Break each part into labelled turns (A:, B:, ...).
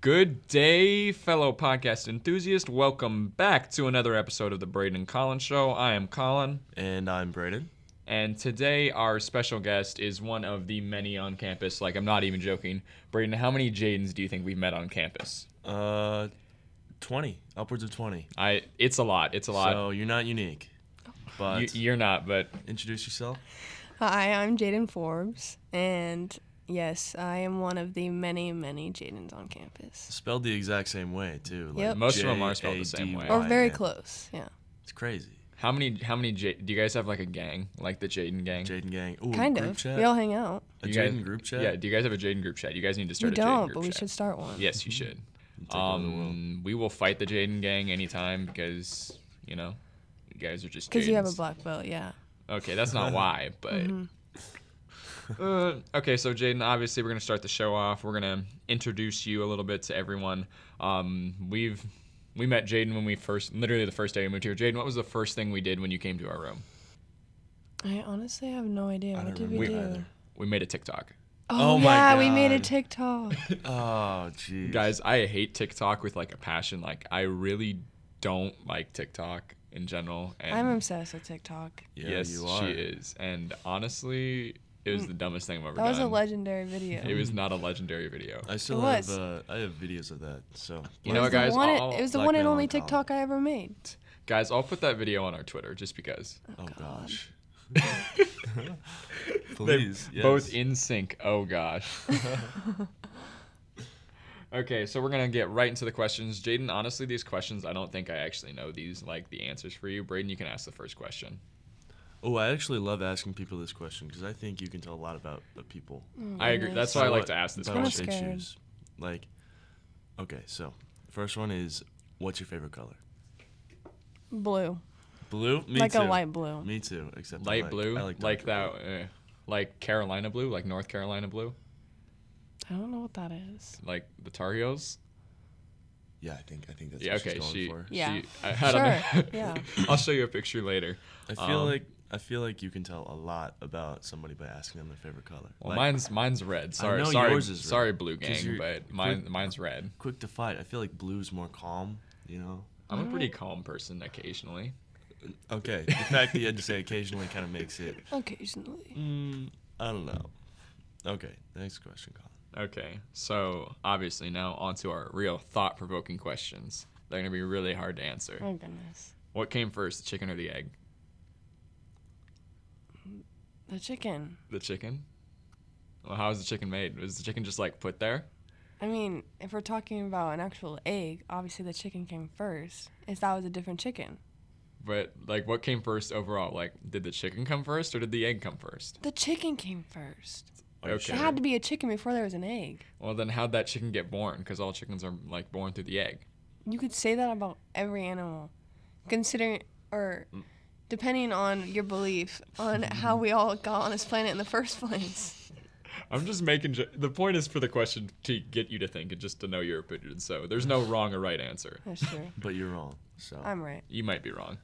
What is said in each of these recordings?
A: Good day, fellow podcast enthusiast. Welcome back to another episode of the Braden and Colin Show. I am Colin,
B: And I'm Braden.
A: and today our special guest is one of the many on campus. Like, I'm not even joking. Braden, how many Jadens do you think we've met on campus?
B: Uh, 20, upwards of 20.
A: I. It's a lot. It's a lot.
B: So you're not unique. But
A: Oh. you, you're not, but
B: introduce yourself.
C: Hi, I'm Jaden Forbes, and yes, I am one of the many, many Jadens on campus.
B: Spelled the exact same way, too.
C: Yep.
A: Most of them are spelled the same way.
C: Or
A: Why,
C: very
B: J-A-D-Y-N.
C: close, yeah.
B: It's crazy.
A: how many? How many? J- do you guys have like a gang, like the Jaden gang?
B: Jaden gang. Ooh,
C: Kind
B: group
C: of.
B: Chat.
C: We all hang out.
B: a
A: You guys-
B: Jaden group chat?
A: Yeah. Do you guys have a Jaden group chat? You guys need to
C: We
A: start a Jaden
C: don't,
A: group
C: but we
A: chat.
C: should start one.
A: Yes, you should.
B: Mm-hmm. take over the world.
A: Um, we will fight the Jaden gang anytime because you know, you guys are just
C: Because you have a
A: Jadens.
C: black Mm-hmm. belt, yeah.
A: Okay, that's not why, but. Uh, okay, so Jaden, obviously we're gonna start the show off. We're gonna introduce you a little bit to everyone. Um, we've we met Jaden when we first, literally the first day we moved here. Jaden, what was the first thing we did when you came to our room?
C: I honestly have no idea.
B: I
C: What
B: don't
C: did we
B: remember
C: do?
B: either.
A: We made a TikTok.
C: Oh,
B: Oh my
C: yeah, we made a
B: God.
C: TikTok.
B: Oh, jeez.
A: Guys, I hate TikTok with like a passion. Like I really don't like TikTok in general. And
C: I'm obsessed with TikTok.
B: Yeah,
A: yes,
B: you are.
A: she is. And honestly, it was the dumbest thing I've ever
C: Mm. That was a
A: done.
C: legendary video.
A: it was not a legendary video.
B: I still
C: It
B: have,
C: was.
B: uh, I have videos of that. So,
A: You
C: It
A: know,
C: was the
A: guys,
C: one-
A: I'll-
C: it was the
B: Black
C: one and
B: man on
C: only
B: collar.
C: TikTok I ever made.
A: Guys, I'll put that video on our Twitter just because.
B: oh, gosh.
A: They're
B: Please. Yes.
A: Both in sync. Oh gosh. okay, so we're gonna get right into the questions. Jaden, honestly, these questions I don't think I actually know these like the answers for you. Braden, you can ask the first question.
B: Oh, I actually love asking people this question because I think you can tell a lot about the people.
C: Mm.
A: I agree. That's
B: So
A: why I like
B: what-
A: to ask this
B: so
C: kinda
B: what
A: question.
B: they
C: scary.
B: choose. Like, okay, so first one is, what's your favorite color?
C: Blue.
B: Blue. Me
C: like
B: too.
C: a light blue.
B: Me too. Except I
A: Light
B: like,
A: blue,
B: I
A: like,
B: like,
A: that,
B: darker
A: uh, like Carolina blue, like North Carolina blue,
C: I don't know what that is.
A: like the Tar Heels.
B: blue. Yeah, I think I think that's
A: Yeah,
B: what
A: okay.
B: she's going
A: She,
B: for.
A: she-
C: Yeah.
A: I, I don't
C: Sure,
A: know.
C: yeah.
A: I'll show you a picture later.
B: I feel
A: Um,
B: like I feel like you can tell a lot about somebody by asking them their favorite color.
A: Well,
B: Like,
A: mine's mine's red. Sorry,
B: know
A: sorry,
B: yours is red,
A: sorry, blue
B: 'cause
A: gang,
B: you're-
A: but
B: quick-
A: mine mine's red.
B: quick to fight. I feel like blue's more calm. You know.
A: I'm a
C: Oh.
A: pretty calm person occasionally.
B: Okay. The fact that you had to say occasionally kind of makes it.
C: Occasionally.
A: Hmm.
B: Mm, I don't know. Okay. Next question, Colin.
A: Okay, so obviously now onto our real thought-provoking questions. They're gonna be really hard to answer.
C: Oh, goodness.
A: What came first, the chicken or the egg?
C: The chicken.
A: The chicken. Well, how was the chicken made? Was the chicken just like put there?
C: I mean, if we're talking about an actual egg, obviously the chicken came first. If that was a different chicken,
A: But like, what came first overall? Like, did the chicken come first or did the egg come first?
C: the chicken came first.
B: Are you
A: Okay.
B: sure?
C: It had to be a chicken before there was an egg.
A: Well, then how'd that chicken get born? Because all chickens are like born through the egg.
C: You could say that about every animal, considering or depending on your belief on how we all got on this planet in the first place.
A: I'm just making ju- the point is for the question to get you to think and just to know your opinion. So there's no wrong or right answer.
C: That's true.
B: But you're wrong. So.
C: I'm right.
A: You might be wrong.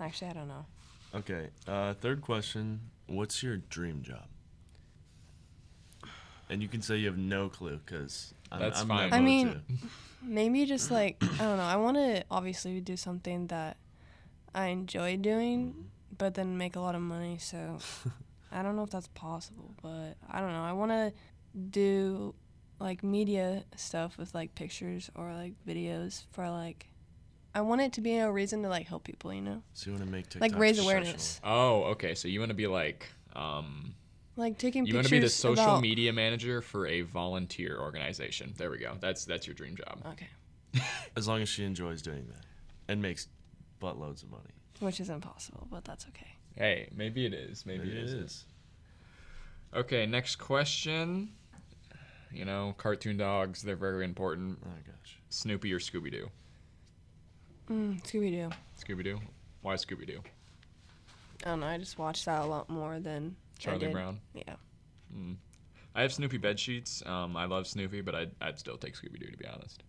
C: Actually, I don't know.
B: Okay. Uh, third question: What's your dream job? And you can say you have no clue because I'm,
A: That's
B: I'm
A: fine.
B: Not
C: I
B: about
C: mean- Maybe just like I don't know. I want to obviously do something that I enjoy doing,
A: Mm-hmm.
C: but then make a lot of money. So I don't know if that's possible, but I don't know. I want to do like media stuff with like pictures or like videos for like. I want it to be a reason to like help people, you know,
B: so you want to make TikTok
C: like raise
B: professional.
C: awareness,
A: Oh, okay. So you want to be like, um,
C: like taking
A: you want
C: pictures.
A: to be the social
C: about-
A: media manager for a volunteer organization. There we go. That's that's your dream job.
C: Okay,
B: As long as she enjoys doing that and makes buttloads of money.
C: which is impossible, but that's okay.
A: Hey, maybe it is. Maybe,
B: Maybe
A: it
B: it
A: isn't.
B: is.
A: Okay, next question. You know, cartoon dogs, they're very important.
B: Oh gosh.
A: Snoopy or Scooby Doo?
C: Mm, Scooby Doo.
A: Scooby Doo? Why Scooby Doo?
C: I don't know. I just watched that a lot more than I
A: Charlie
C: did-
A: Brown.
C: Yeah.
A: I have Snoopy bed sheets. Um, I love Snoopy, but I'd, I'd still take Scooby Doo, to be honest.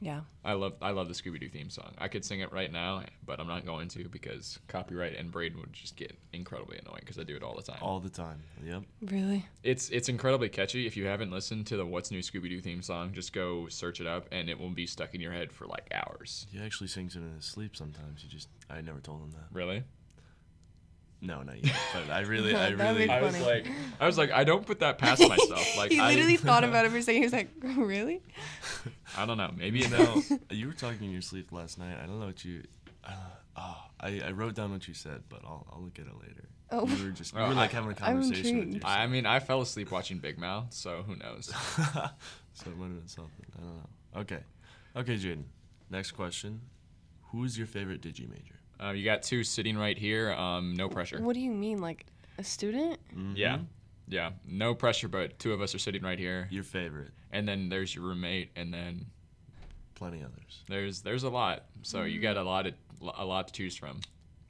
C: Yeah.
A: I love I love the Scooby Doo theme song. I could sing it right now, but I'm not going to because copyright and Braden would just get incredibly annoying because I do it all the time.
B: all the time. Yep.
C: Really?
A: It's it's incredibly catchy. If you haven't listened to the What's New Scooby Doo theme song, just go search it up and it will be stuck in your head for like hours.
B: He actually sings it in his sleep sometimes. He just I never told him that.
A: Really?
B: No, not yet. But I really I
C: That'd be
B: really
A: I was
C: Funny.
A: like I was like I don't put that past myself. Like
C: he
A: I,
C: literally thought about it for a second. He was like, really?
A: I don't know. Maybe
B: you
A: it
B: know, you were talking in your sleep last night. I don't know what you uh, oh, I, I wrote down what you said, but I'll I'll look at it later.
C: Oh.
B: You were just you
A: Oh,
B: were like
A: I-
B: having a
C: I'm
B: conversation with
C: intrigued.
B: yourself.
A: I mean, I fell asleep watching Big Mouth, so who knows?
B: so it might have been something. I don't know. Okay. Okay, Jaden. Next question. Who's your favorite digi major?
A: Uh, you got two sitting right here. Um, no pressure.
C: What do you mean? Like a student?
B: Mm, Mm-hmm.
A: Yeah, yeah, no pressure. But two of us are sitting right here,
B: Your favorite.
A: and then there's your roommate, and then
B: Plenty others.
A: there's there's a lot. So you got a lot of a lot to choose from.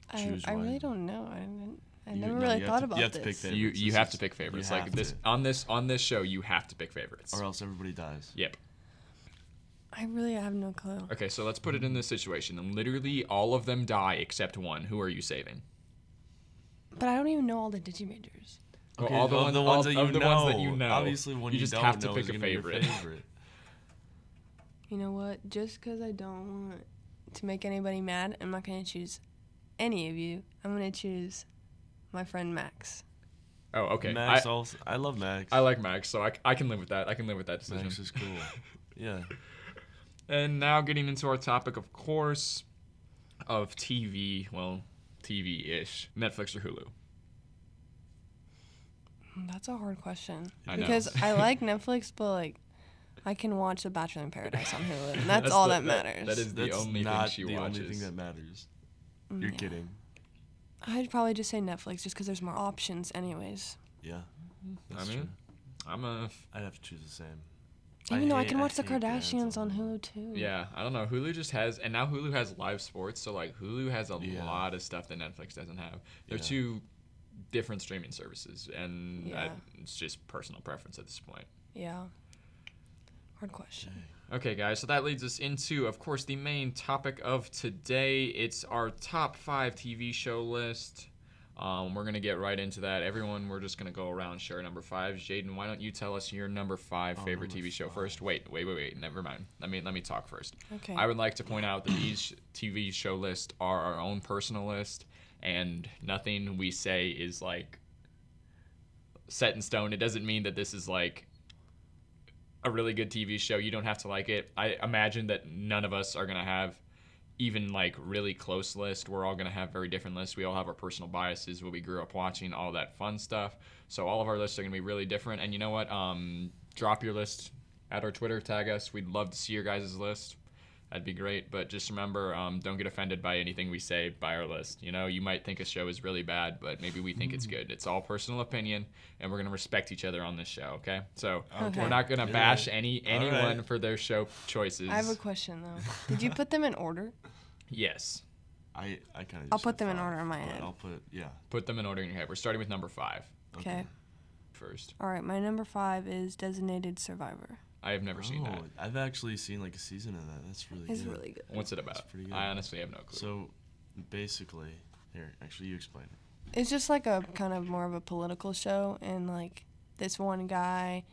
C: I,
B: Choose
C: I really
B: one.
C: don't know. I, didn't, I
B: You-
C: never
B: no,
C: really
B: you have
C: thought
B: to-
C: about
B: you have to
C: this.
B: pick favorites.
A: You
B: This
A: you have
B: is-
A: to pick favorites.
B: you
A: Like
B: have
A: this
B: to.
A: on this on this show, you have to pick favorites.
B: Or else everybody dies.
A: Yep.
C: I really have no clue.
A: Okay, so let's put it in this situation. And literally all of them die except one. Who are you saving?
C: But I don't even know all the digi majors.
A: Well,
B: Okay, of
A: one-
B: the
A: all-
B: ones that you
A: of the
B: know.
A: ones that you know.
B: Obviously, one
A: you
B: you,
A: just
B: don't
A: have to
B: know
A: pick
B: is
A: a
B: gonna be your
A: favorite.
B: favorite.
C: You know what? Just because I don't want to make anybody mad, I'm not going to choose any of you. I'm going to choose my friend Max.
A: Oh, okay.
B: Max
A: I,
B: also. I love Max.
A: I like Max, so I, c- I can live with that. I can live with that decision.
B: Max is cool. Yeah.
A: And now getting into our topic, of course, of TV. Well, TV ish. Netflix or Hulu?
C: Mm, That's a hard question.
A: I know.
C: because I like Netflix, but like I can watch The Bachelor in Paradise on Hulu, and that's, all
A: the-
C: that matters.
A: That is the
B: That's
A: only thing
B: not
A: she
B: the
A: watches.
B: only thing that matters. You're
C: Mm, yeah.
B: kidding.
C: I'd probably just say Netflix just because there's more options, anyways.
B: Yeah.
A: I
B: That's
A: mean,
B: true.
A: I'm a
B: I'd have to choose the same. I
C: Even though I
B: hate-
C: can
B: I
C: watch The
B: hate that it's
C: Kardashians on
B: on
C: Hulu too.
A: yeah. I don't know. Hulu just has, and now Hulu has live sports. So like Hulu has a
B: Yeah.
A: lot of stuff that Netflix doesn't have. They're
B: Yeah.
A: two different streaming services, and I,
C: Yeah.
A: it's just personal preference at this point.
C: Yeah. Hard question.
A: Okay, guys, so that leads us into, of course, the main topic of today. It's our top five TV show list. Um, we're going to get right into that. Everyone, we're just going to go around share number fives. Jaden, why don't you tell us your number five favorite
B: number
A: TV show first? Wait, wait, wait, wait. Never mind. Let me let me talk first.
C: Okay.
A: I would like to point out that these TV show lists are our own personal list, and nothing we say is like set in stone. It doesn't mean that this is like a really good TV show. You don't have to like it. I imagine that none of us are gonna have even like really close list. We're all gonna have very different lists. We all have our personal biases, what we grew up watching, all that fun stuff. So all of our lists are gonna be really different. And you know what? Um, drop your list at our Twitter. Tag us. We'd love to see your guys' list. That'd be great. But just remember, um, don't get offended by anything we say by our list. You know, you might think a show is really bad, but maybe we think
C: Mm.
A: it's good. It's all personal opinion, and we're gonna respect each other on this show. Okay? So
C: Okay.
A: we're not gonna
B: Yeah.
A: bash any
B: All right.
A: anyone for their show choices.
C: I have a question though. Did you put them in order?
A: yes.
B: I, I kind of.
C: I'll put them in order in my head.
B: I'll put yeah.
A: Put them in order in your head. We're starting with number five
C: Okay.
A: first.
C: All right. My number five is Designated Survivor.
A: I have never seen that.
B: Oh, I've actually seen like a season of that. That's really.
C: It's
B: good.
C: really good.
A: What's it about?
B: pretty good.
A: I honestly have no clue.
B: So, basically, here actually you explain it.
C: It's just like a kind of more of a political show, and like this one guy,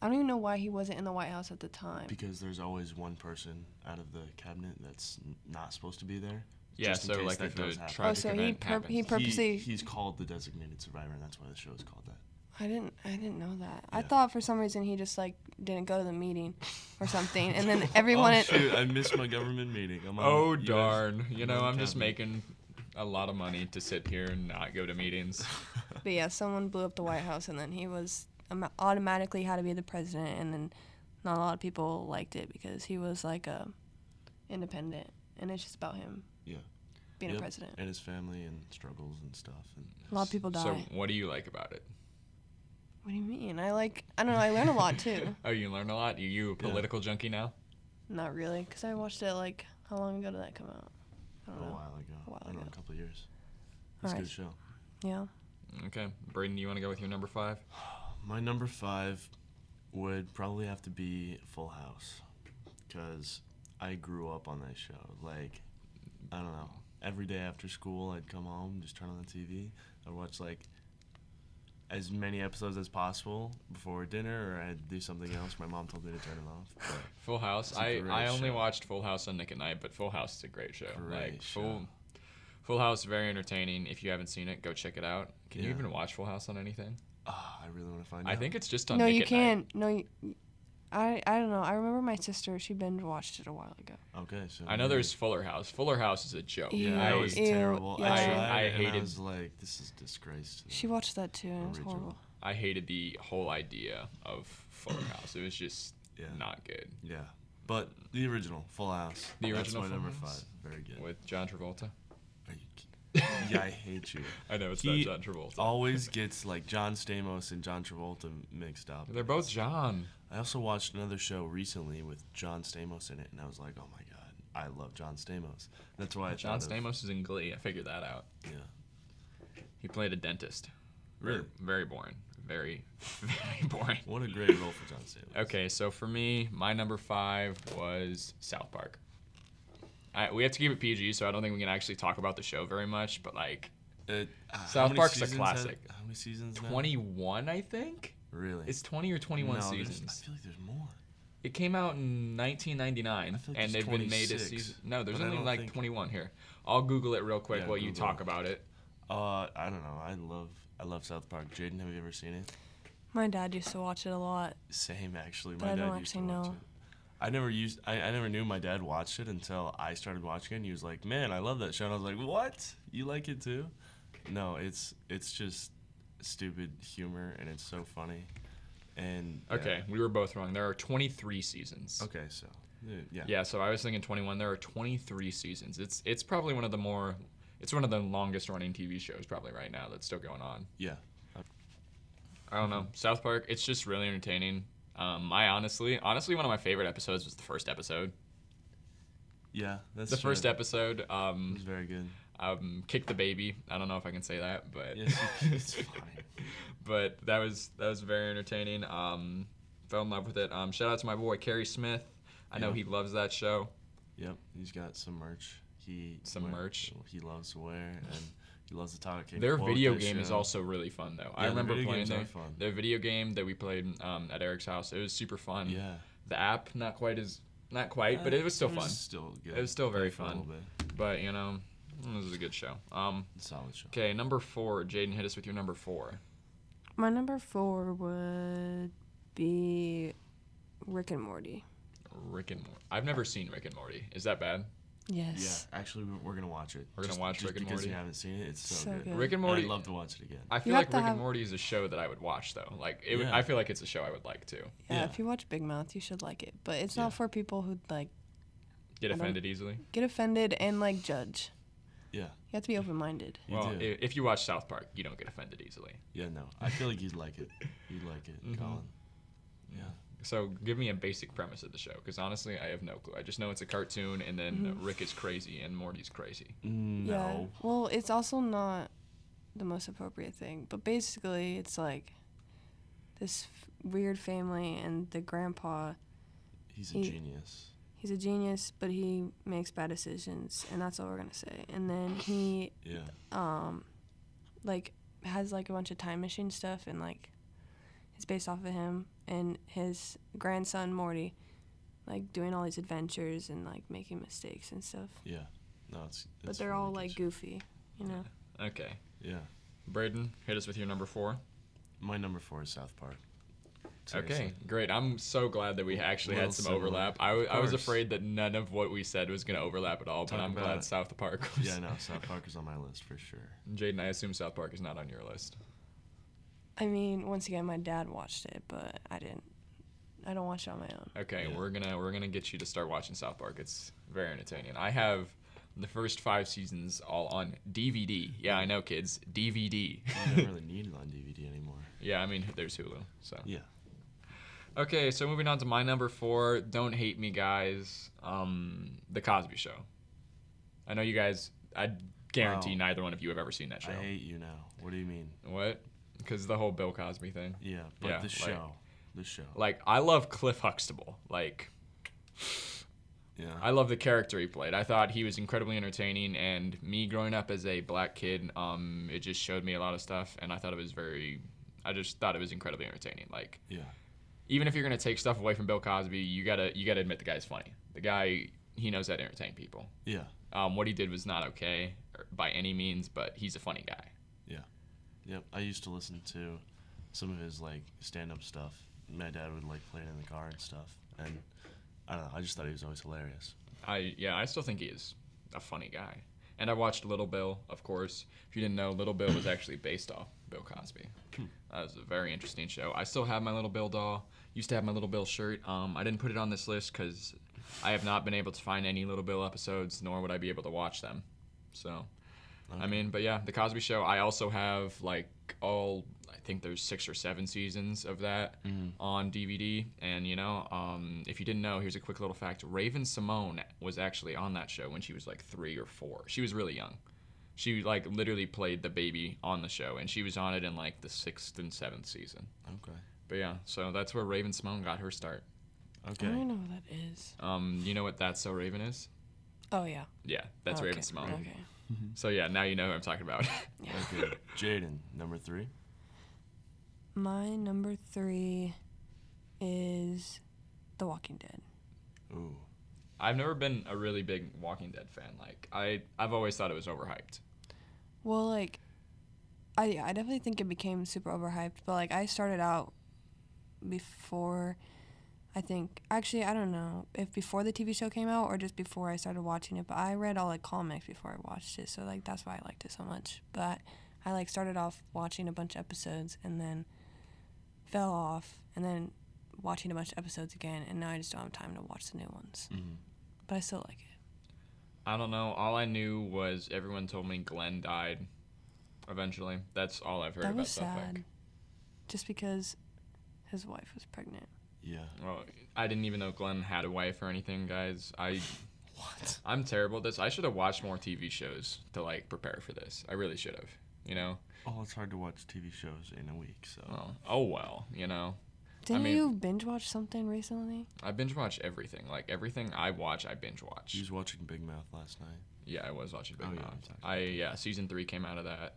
C: I don't even know why he wasn't in the White House at the time.
B: Because there's always one person out of the cabinet that's n- not supposed to be there.
A: yeah,
B: just in
A: so
B: case
A: like
B: that
A: if the
B: does happen.
C: oh,
A: tragic
C: so he
A: event
C: pur- he
A: happens.
C: purposely.
B: He, he's called the designated survivor, and that's why the show is called that.
C: I didn't. I didn't know that. I
B: Yeah.
C: thought for some reason he just like didn't go to the meeting, or something, and then everyone.
B: oh, shoot, I missed my government meeting. I'm on-
A: Oh
B: you guys-
A: darn! You know,
B: on
A: I'm just
B: cabinet.
A: making a lot of money to sit here and not go to meetings.
C: But yeah, someone blew up the White House, and then he was um, automatically had to be the president, and then not a lot of people liked it because he was like a independent, and it's just about him
B: Yeah.
C: being
B: Yep,
C: a president.
B: And his family and struggles and stuff. And
C: A lot of people die.
A: So, what do you like about it?
C: what do you mean? I like. I don't know. I learn a lot too.
A: Oh, you learn a lot. You you a political junkie now?
C: Not really, because I watched it like how long ago did that come out? I
B: a
A: Oh,
C: don't know.
B: while ago.
C: A while
B: I don't know,
C: ago.
B: a couple of years. It's a
C: Alright.
B: good show.
C: Yeah.
A: Okay, Braden, you want to go with your number five?
B: My number five would probably have to be Full House, because I grew up on that show. Like, I don't know. Every day after school, I'd come home, just turn on the TV. I'd watch like as many episodes as possible before dinner, or I'd do something else. My mom told me to turn it off. But
A: Full House.
B: It's a
A: I,
B: great
A: I only
B: show.
A: watched Full House on Nick at Night, but Full House is a great show.
B: Great
A: like
B: show.
A: Full Full House very entertaining. If you haven't seen it, go check it out. Can you
B: Yeah.
A: even watch Full House on anything?
B: ah, I really want to find
A: I
B: out.
A: think it's just on
C: no,
A: Nick
C: you
A: at Night.
C: can't. No, you, I I don't know. I remember my sister. She binge watched it a while ago.
B: Okay, so
A: I know
B: maybe-
A: there's Fuller House. Fuller House is a joke.
B: Yeah, that
A: I-
B: was
C: Ew,
B: terrible. I,
C: yeah.
A: I-
B: tried,
A: I
B: and I
A: hated-
B: was like, this is disgrace. to the
C: She watched that too, and it was
B: original.
C: horrible.
A: I hated the whole idea of Fuller House. It was just
B: Yeah.
A: not good.
B: Yeah, but the original Full House.
A: The
B: That's
A: original
B: my
A: Full
B: number
A: House?
B: five. Very good.
A: With John Travolta.
B: Are you kidding? yeah, I hate you.
A: I know it's
B: He
A: not John Travolta.
B: Always gets like John Stamos and John Travolta mixed up.
A: They're both John.
B: I also watched another show recently with John Stamos in it, and I was like, oh my god, I love John Stamos. That's why I
A: John
B: thought of-
A: Stamos is in Glee. I figured that out.
B: Yeah.
A: He played a dentist. Very-
B: Really?
A: Very boring. Very, very boring.
B: What a great role for John Stamos.
A: Okay, so for me, my number five was South Park. I, we have to keep it PG, so I don't think we can actually talk about the show very much. But like
B: It- ah, how
A: South
B: many
A: Park's a
B: seasons had-
A: classic.
B: How many seasons? now?
A: 21, I think
B: Really?
A: it's 20 or 21
B: No, there's-
A: seasons.
B: I feel like there's more.
A: It came out in 1999,
B: I feel like
A: and
B: there's
A: they've been made a
B: 26,
A: season. No, there's
B: but I
A: only
B: don't
A: like
B: think-
A: 21 here. I'll Google it real quick
B: Yeah,
A: while you
B: Google
A: talk
B: it.
A: about it.
B: Uh, I don't know. I love I love South Park. Jaden, have you ever seen it?
C: My dad used to watch it a lot.
B: Same actually.
C: But
B: My
C: I
B: dad
C: don't
B: used to
C: actually
B: watch
C: know.
B: it. I never used. I, I never knew my dad watched it until I started watching it. and He was like, "Man, I love that show." And I was like, "What? You like it too?" No, it's it's just stupid humor and it's so funny. And yeah.
A: Okay, we were both wrong. There are 23 seasons.
B: Okay, so yeah, yeah.
A: Yeah, so I was thinking 21. There are 23 seasons. It's it's probably one of the more it's one of the longest running TV shows probably right now that's still going on.
B: Yeah.
A: I don't
B: Mm-hmm.
A: know. South Park, it's just really entertaining. Um, I honestly, honestly, one of my favorite episodes was the first episode.
B: Yeah, That's
A: The
B: true.
A: first episode,
B: It
A: um,
B: was very good.
A: um, kick the baby. I don't know if I can say that, but
B: Yes, you- it's fine.
A: but that was that was very entertaining. Um, fell in love with it. Um, shout out to my boy Kerry Smith. I know
B: Yeah.
A: he loves that show.
B: Yep, he's got some merch. He
A: Some
B: wear-
A: merch.
B: He loves to wear and he loves to talk. Can
A: Their
B: quote
A: video
B: this
A: game is
B: show.
A: also really fun though. I
B: Yeah, the
A: remember
B: video
A: playing
B: games are
A: their,
B: fun.
A: their video game that we played um, at Eric's house. It was super fun.
B: Yeah.
A: The app not quite as not quite, but it was still
B: Uh,
A: fun.
B: Still good.
A: It was still very
B: For a
A: fun.
B: little bit.
A: But you know, this is a good show. Um,
B: Solid show.
A: okay, number four. Jaden, hit us with your number four.
C: My number four would be Rick and Morty.
A: Rick and Morty. I've never seen Rick and Morty. Is that bad?
B: Yeah,
C: Yes.
B: actually, we're, we're gonna watch it.
A: We're gonna watch Rick and
B: because you
A: Morty.
B: haven't seen it. It's so,
C: So
B: good.
C: good.
A: Rick and
B: And
A: Morty.
B: I'd love to watch it again.
A: I feel
C: have
A: like
C: to
A: Rick
C: have-
A: and Morty is a show that I would watch though. Like it, would
B: Yeah.
A: I feel like it's a show I would like to
C: Yeah.
B: Yeah.
C: If you watch Big Mouth, you should like it, but it's
B: Yeah.
C: not for people who like
A: get
C: I don't-
A: offended easily.
C: get offended and like judge.
B: Yeah.
C: You have to be open-minded.
B: You
A: well,
B: do.
A: i- if you watch South Park, you don't get offended easily.
B: yeah, no. I feel like you'd like it. You'd like it,
A: Mhm.
B: Colin.
A: So give me a basic premise of the show, because honestly, I have no clue. I just know it's a cartoon, and then
C: Mm-hmm.
A: Rick is crazy and Morty's crazy.
B: No.
C: Yeah. Well, it's also not the most appropriate thing, but basically, it's like this f- weird family and the grandpa.
B: He's a
C: He-
B: genius.
C: He's a genius, but he makes bad decisions, and that's all we're gonna say. And then he
B: Yeah.
C: um like has like a bunch of time machine stuff and like it's based off of him and his grandson Morty like doing all these adventures and like making mistakes and stuff.
B: Yeah. No, it's. it's
C: but they're
B: really
C: all
B: good
C: like
B: show.
C: goofy, you know.
A: Okay,
B: Yeah.
A: Braden, hit us with your number four.
B: My number four is South Park.
A: Okay,
B: Seriously.
A: great. I'm so glad that we actually had
B: Little
A: some
B: similar.
A: overlap. I, w-
B: Of
A: I was
B: course.
A: afraid that none of what we said was going to overlap at all,
B: Talk
A: but I'm
B: about
A: glad
B: it.
A: South Park was.
B: Yeah, no. South Park is on my list for sure.
A: Jaden, I assume South Park is not on your list.
C: I mean, once again my dad watched it, but I didn't I don't watch it on my own.
A: Okay,
B: Yeah.
A: we're gonna we're gonna get you to start watching South Park. It's very entertaining. I have the first five seasons all on DVD. Yeah, I know, kids. DVD.
B: You don't really need it on DVD anymore.
A: yeah, I mean, there's Hulu. So.
B: Yeah.
A: Okay, so moving on to my number four, "Don't Hate Me, Guys," um, the Cosby Show. I know you guys. I guarantee
B: Wow.
A: neither one of you have ever seen that
B: I
A: show.
B: hate you now. What do you mean?
A: What? Because the whole Bill Cosby thing.
B: Yeah, but
A: Yeah,
B: the
A: like-
B: show. the show.
A: Like, I love Cliff Huxtable. Like,
B: Yeah.
A: I love the character he played. I thought he was incredibly entertaining, and me growing up as a black kid, um, it just showed me a lot of stuff, and I thought it was very, I just thought it was incredibly entertaining. Like,
B: yeah.
A: even if you're gonna take stuff away from Bill Cosby, you gotta you gotta admit the guy's funny. The guy he knows how to entertain people.
B: Yeah.
A: Um, what he did was not okay or- by any means, but he's a funny guy.
B: Yep. I used to listen to some of his like stand-up stuff. My dad would like play it in the car and stuff, and I don't know. I just thought he was always hilarious.
A: I yeah, I still think he is a funny guy. And I watched Little Bill, of course. If you didn't know, Little Bill was actually based off Bill Cosby. That was a very interesting show. I still have my Little Bill doll. Used to have my Little Bill shirt. Um, I didn't put it on this list because I have not been able to find any Little Bill episodes, nor would I be able to watch them. So, I
B: Okay.
A: mean, but yeah, The Cosby Show. I also have like all, I think there's six or seven seasons of that on DVD. And you know, um, if you didn't know, here's a quick little fact: Raven Simone was actually on that show when she was like three or four. She was really young. She like literally played the baby on the show, and she was on it in like the sixth and seventh season.
B: Okay.
A: But yeah, so that's where Raven Simone got her start.
C: I don't
B: Okay.
C: even know what that is.
A: Um, you know what That's So Raven is?
C: Oh yeah.
A: Yeah, that's
C: okay.
A: Raven Simone.
C: Okay.
A: So yeah, now you know who I'm talking about.
C: Yeah.
B: Okay. Jaden, number three.
C: My number three is The Walking Dead.
B: Ooh.
A: I've never been a really big Walking Dead fan. Like I, I've always thought it was overhyped.
C: Well, like, I I definitely think it became super overhyped, but like I started out before. I think actually I don't know if before the TV show came out or just before I started watching it, but I read all the comics before I watched it, so like that's why I liked it so much. But I like started off watching a bunch of episodes and then fell off and then watching a bunch of episodes again and now I just don't have time to watch the new ones.
B: Mhm.
C: But I still like it.
A: I don't know. All I knew was everyone told me Glenn died. Eventually, that's all I've heard
C: that
A: about
C: was
A: South
C: sad.
A: Park.
C: Just because his wife was pregnant.
B: Yeah.
A: Well, I didn't even know Glenn had a wife or anything, guys. I,
B: What?
A: I'm terrible at this. I should have watched more TV shows to like prepare for this. I really should have. You know.
B: Oh, it's hard to watch TV shows in a week, so.
A: Oh, oh well. You know.
C: Didn't
A: mean-
C: you binge watch something recently?
A: I binge watch everything. Like everything I watch, I binge
B: He
A: watch.
B: was watching Big Mouth last night.
A: Yeah, I was watching Big
B: Oh, yeah,
A: Mouth.
B: exactly.
A: I yeah, season three came out of that.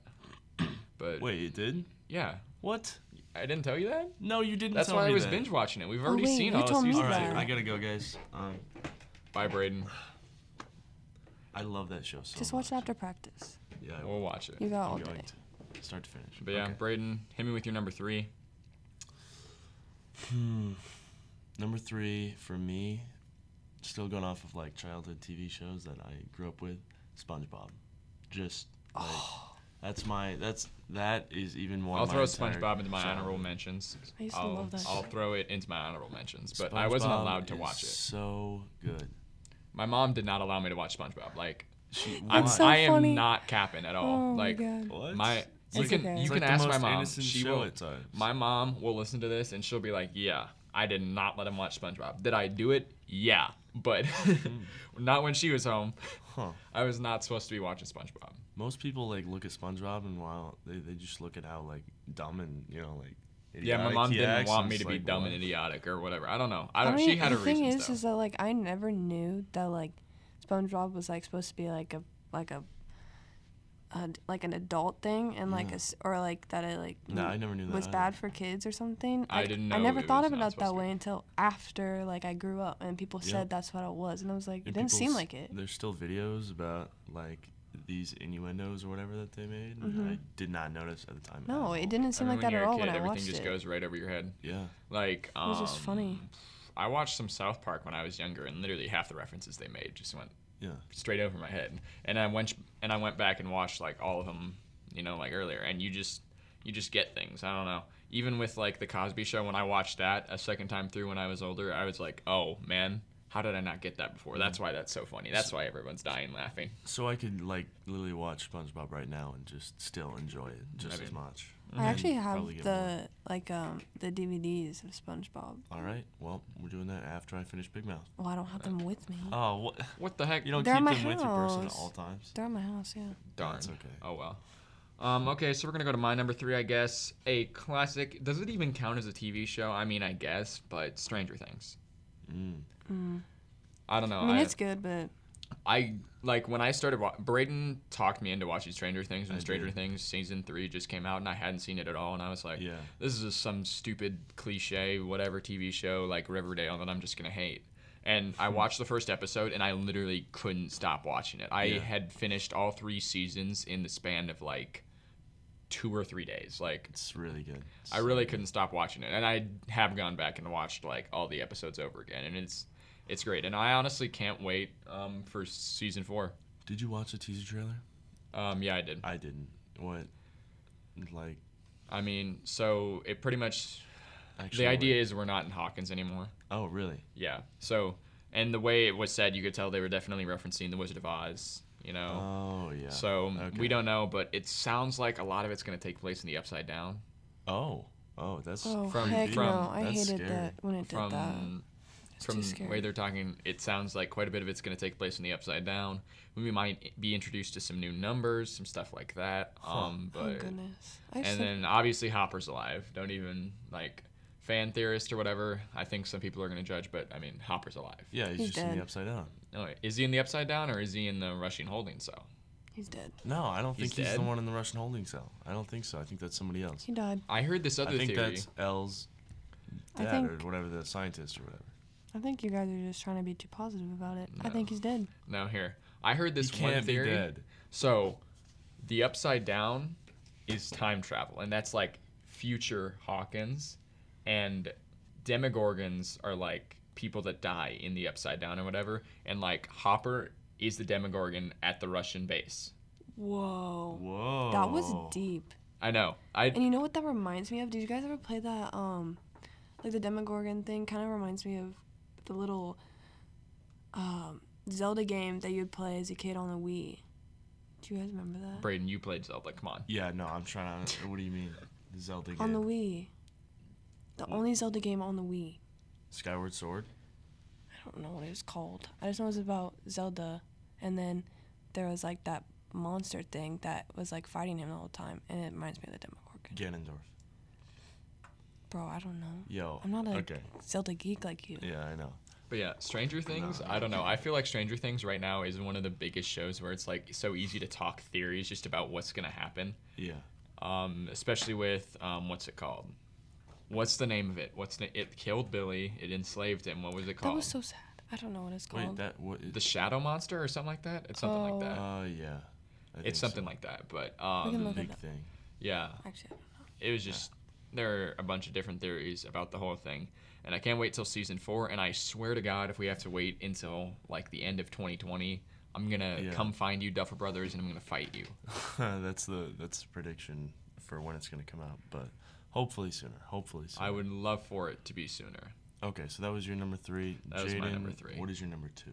A: But
B: Wait, it did?
A: yeah,
B: What?
A: I didn't tell you that.
B: No, you didn't.
A: That's
B: tell
A: why
B: me
A: I was
B: that.
A: binge watching it. We've already
C: Oh, wait,
A: seen
C: you
A: all of
C: told me
A: season
B: All right,
A: two.
C: that.
B: I gotta go, guys. Um,
A: Bye, Braden.
B: I love that show so
C: Just
A: Oh,
C: watch it
B: much.
C: after practice.
B: Yeah, I
A: We'll watch
C: You
A: it.
C: got
B: I'm
C: all
B: going
C: day.
B: to. Start to finish.
A: But yeah,
B: Okay.
A: Braden, hit me with your number three.
B: Hmm. Number three for me, still going off of like childhood TV shows that I grew up with, SpongeBob. Just like,
C: Oh.
B: that's my that's that is even more.
A: I'll
B: my
A: throw
B: entire
A: SpongeBob into my honorable
B: childhood.
A: mentions.
C: I used to
A: will
C: love that
A: I'll
C: show.
A: throw it into my honorable mentions, but I wasn't
B: SpongeBob
A: allowed to
B: is
A: watch it.
B: So good.
A: My mom did not allow me to watch SpongeBob. Like
B: She,
A: I'm,
B: why?
C: so
A: I am
C: funny.
A: not capping at all.
C: Oh
A: like
C: my god.
B: What?
A: my-
B: It's
A: you
C: It's
A: can
C: okay.
A: you
B: it's
A: can
B: like the
A: ask
B: most
A: my mom.
B: innocent
A: She
B: show
A: will.
B: at times.
A: My mom will listen to this and she'll be like, "Yeah, I did not let him watch SpongeBob. Did I do it? Yeah, but not when she was home.
B: Huh.
A: I was not supposed to be watching SpongeBob.
B: Most people like look at SpongeBob and wow, they, they just look at how like dumb and you know like.
A: Yeah, my
B: idiotic
A: mom
B: he
A: didn't
B: acts,
A: want
B: and
A: me
B: it's
A: to be
B: like,
A: dumb
B: what?
A: and idiotic or whatever. I don't know. I
C: I
A: don't.
C: mean,
A: she had
C: the
A: her
C: thing
A: reasons
C: is,
A: though.
C: is that like I never knew that like SpongeBob was like supposed to be like a like a, a like an adult thing and
A: Mm.
C: like a s or like that it like
B: No, I never knew that
C: was
B: either.
C: bad for kids or something.
A: I
C: Like,
A: didn't
C: I
A: know
C: never
A: it
C: thought
A: was
C: of it
A: not
C: out
A: supposed
C: that
A: to
C: way until after like I grew up and people
B: Yeah.
C: said that's what it was and I was like it
B: And
C: didn't seem
B: people's-
C: like it.
B: There's still videos about like these innuendos or whatever that they made. and I did not notice at the time. at
C: Mm-hmm. No,
B: all.
C: it didn't seem
A: I mean,
C: like that
A: you're a
C: at all
A: kid,
C: when I
A: everything
C: watched
A: just
C: it.
A: goes right over your head.
B: Yeah.
A: Like, um,
C: was just funny.
A: I watched some South Park when I was younger, and literally half the references they made just went
B: Yeah.
A: straight over my head. And I went and I went back and watched like all of them, you know, like earlier. And you just you just get things. I don't know. Even with like the Cosby Show, when I watched that a second time through when I was older, I was like, oh man, how did I not get that before?
B: Mm.
A: That's why that's so funny. That's why everyone's dying laughing.
B: So I could like literally watch SpongeBob right now and just still enjoy it just as
A: mean-
B: much.
C: I actually have
B: probably get
C: the like um the DVDs of SpongeBob.
B: All right. Well, we're doing that after I finish Big Mouth.
C: Well, I don't have them with me.
B: Oh, what?
A: What the heck?
B: You don't
C: They're
B: keep
C: at
B: them
C: my
B: with your person at
C: house.
B: all times.
C: They're in my house, yeah.
A: Darn.
B: That's okay.
A: Oh well. Um, okay, so we're gonna go to my number three, I guess. A classic. Does it even count as a TV show? I mean, I guess, but Stranger Things.
B: Mm.
A: Oh, I don't know.
C: I mean, it's good, but
A: I like when I started. Wa- Braden talked me into watching Stranger Things when
B: I
A: Stranger
B: did.
A: Things season three just came out, and I hadn't seen it at all. And I was like,
B: Yeah.
A: this is just some stupid cliche, whatever TV show like Riverdale that I'm just gonna hate." And
B: Hmm.
A: I watched the first episode, and I literally couldn't stop watching it. I
B: Yeah.
A: had finished all three seasons in the span of like two or three days. Like
B: It's really good. It's
A: I really couldn't stop watching it, and I have gone back and watched like all the episodes over again, and it's it's great. And I honestly can't wait um, for season four.
B: Did you watch the teaser trailer?
A: Um, yeah, I did.
B: I didn't. What? Like
A: I mean, so it pretty much
B: actually.
A: the
B: what-
A: idea is we're not in Hawkins anymore.
B: Oh really?
A: Yeah. So and the way it was said, you could tell they were definitely referencing the Wizard of Oz. You know.
B: Oh yeah.
A: so
B: okay.
A: we don't know, but it sounds like a lot of it's going to take place in the Upside Down.
B: Oh. Oh, that's.
C: oh
A: From-
C: heck
A: from-
C: no! I
B: that's
C: hated
B: scary.
C: that when it did
A: from
C: that. It's
A: from
C: too
A: the
C: scary.
A: way they're talking, it sounds like quite a bit of it's going to take place in the Upside Down. We might be introduced to some new numbers, some stuff like that. Um,
C: oh
A: but
C: goodness! I
A: and
C: said,
A: then obviously Hopper's alive. Don't even like fan theorist or whatever. I think some people are going to judge, but I mean Hopper's alive.
B: Yeah, he's,
C: He's
B: just in
C: dead.
B: the upside down.
A: No, wait, is he in the Upside Down or is he in the Rushing Holding Cell?
C: he's dead.
B: No, I don't
A: He's
B: think he's the
A: dead?
B: one in the Russian holding cell. I don't think so. I think that's somebody else.
C: He died.
A: I heard this other
B: I think
A: theory.
B: that's L's
C: I
B: dad or
C: think-
B: whatever the scientist or whatever.
C: I think you guys are just trying to be too positive about it. I
A: No.
C: think he's dead.
A: No, here I heard this
B: He
A: one
B: can't be
A: theory.
B: dead.
A: So, the upside down is time travel, and that's like future Hawkins, and Demogorgons are like people that die in the upside down or whatever, and like Hopper is the Demogorgon at the Russian base.
C: Whoa.
B: Whoa.
C: That was deep.
A: I know. I
C: And you know what that reminds me of? Did you guys ever play that um like the Demogorgon thing kind of reminds me of the little um Zelda game that you'd play as a kid on the Wii. Do you guys remember that?
A: Braden, you played Zelda. Come on.
B: Yeah, no, I'm trying to. What do you mean? The Zelda game.
C: on the Wii. The
B: Mm.
C: only Zelda game on the Wii.
B: Skyward Sword.
C: I don't know what it was called. I just know it was about Zelda and then there was like that monster thing that was like fighting him all the time and it reminds me of the Demogorgon.
B: Ganondorf.
C: Bro, I don't know.
B: Yo.
C: I'm not a
B: Okay.
C: Zelda geek like you.
B: Yeah, I know.
A: But yeah, Stranger Things. I don't know. I feel like Stranger Things right now is one of the biggest shows where it's like so easy to talk theories just about what's gonna happen.
B: Yeah.
A: um, especially with um, what's it called? What's the name of it? What's the, it killed Billy? It enslaved him. What was it
C: That
A: called?
C: was so sad. I don't know what it's called.
B: Oh. Wait, that what?
A: the Shadow Monster or something like that. It's something
C: Oh.
A: like that.
B: Uh, yeah. I think
A: it's
B: so.
A: something like that. But
C: We can
A: um,
C: look it
B: Big
C: up.
B: thing.
A: yeah,
C: Actually,
A: it was just there are a bunch of different theories about the whole thing, and I can't wait till season four. And I swear to God, if we have to wait until like the end of 2020, I'm gonna
B: Yeah.
A: come find you, Duffer Brothers, and I'm gonna fight you.
B: that's the that's the prediction for when it's gonna come out, but hopefully sooner. Hopefully sooner.
A: I would love for it to be sooner.
B: Okay, so that was your number three.
A: That was my number
B: Jaden,
A: three.
B: What is your number two?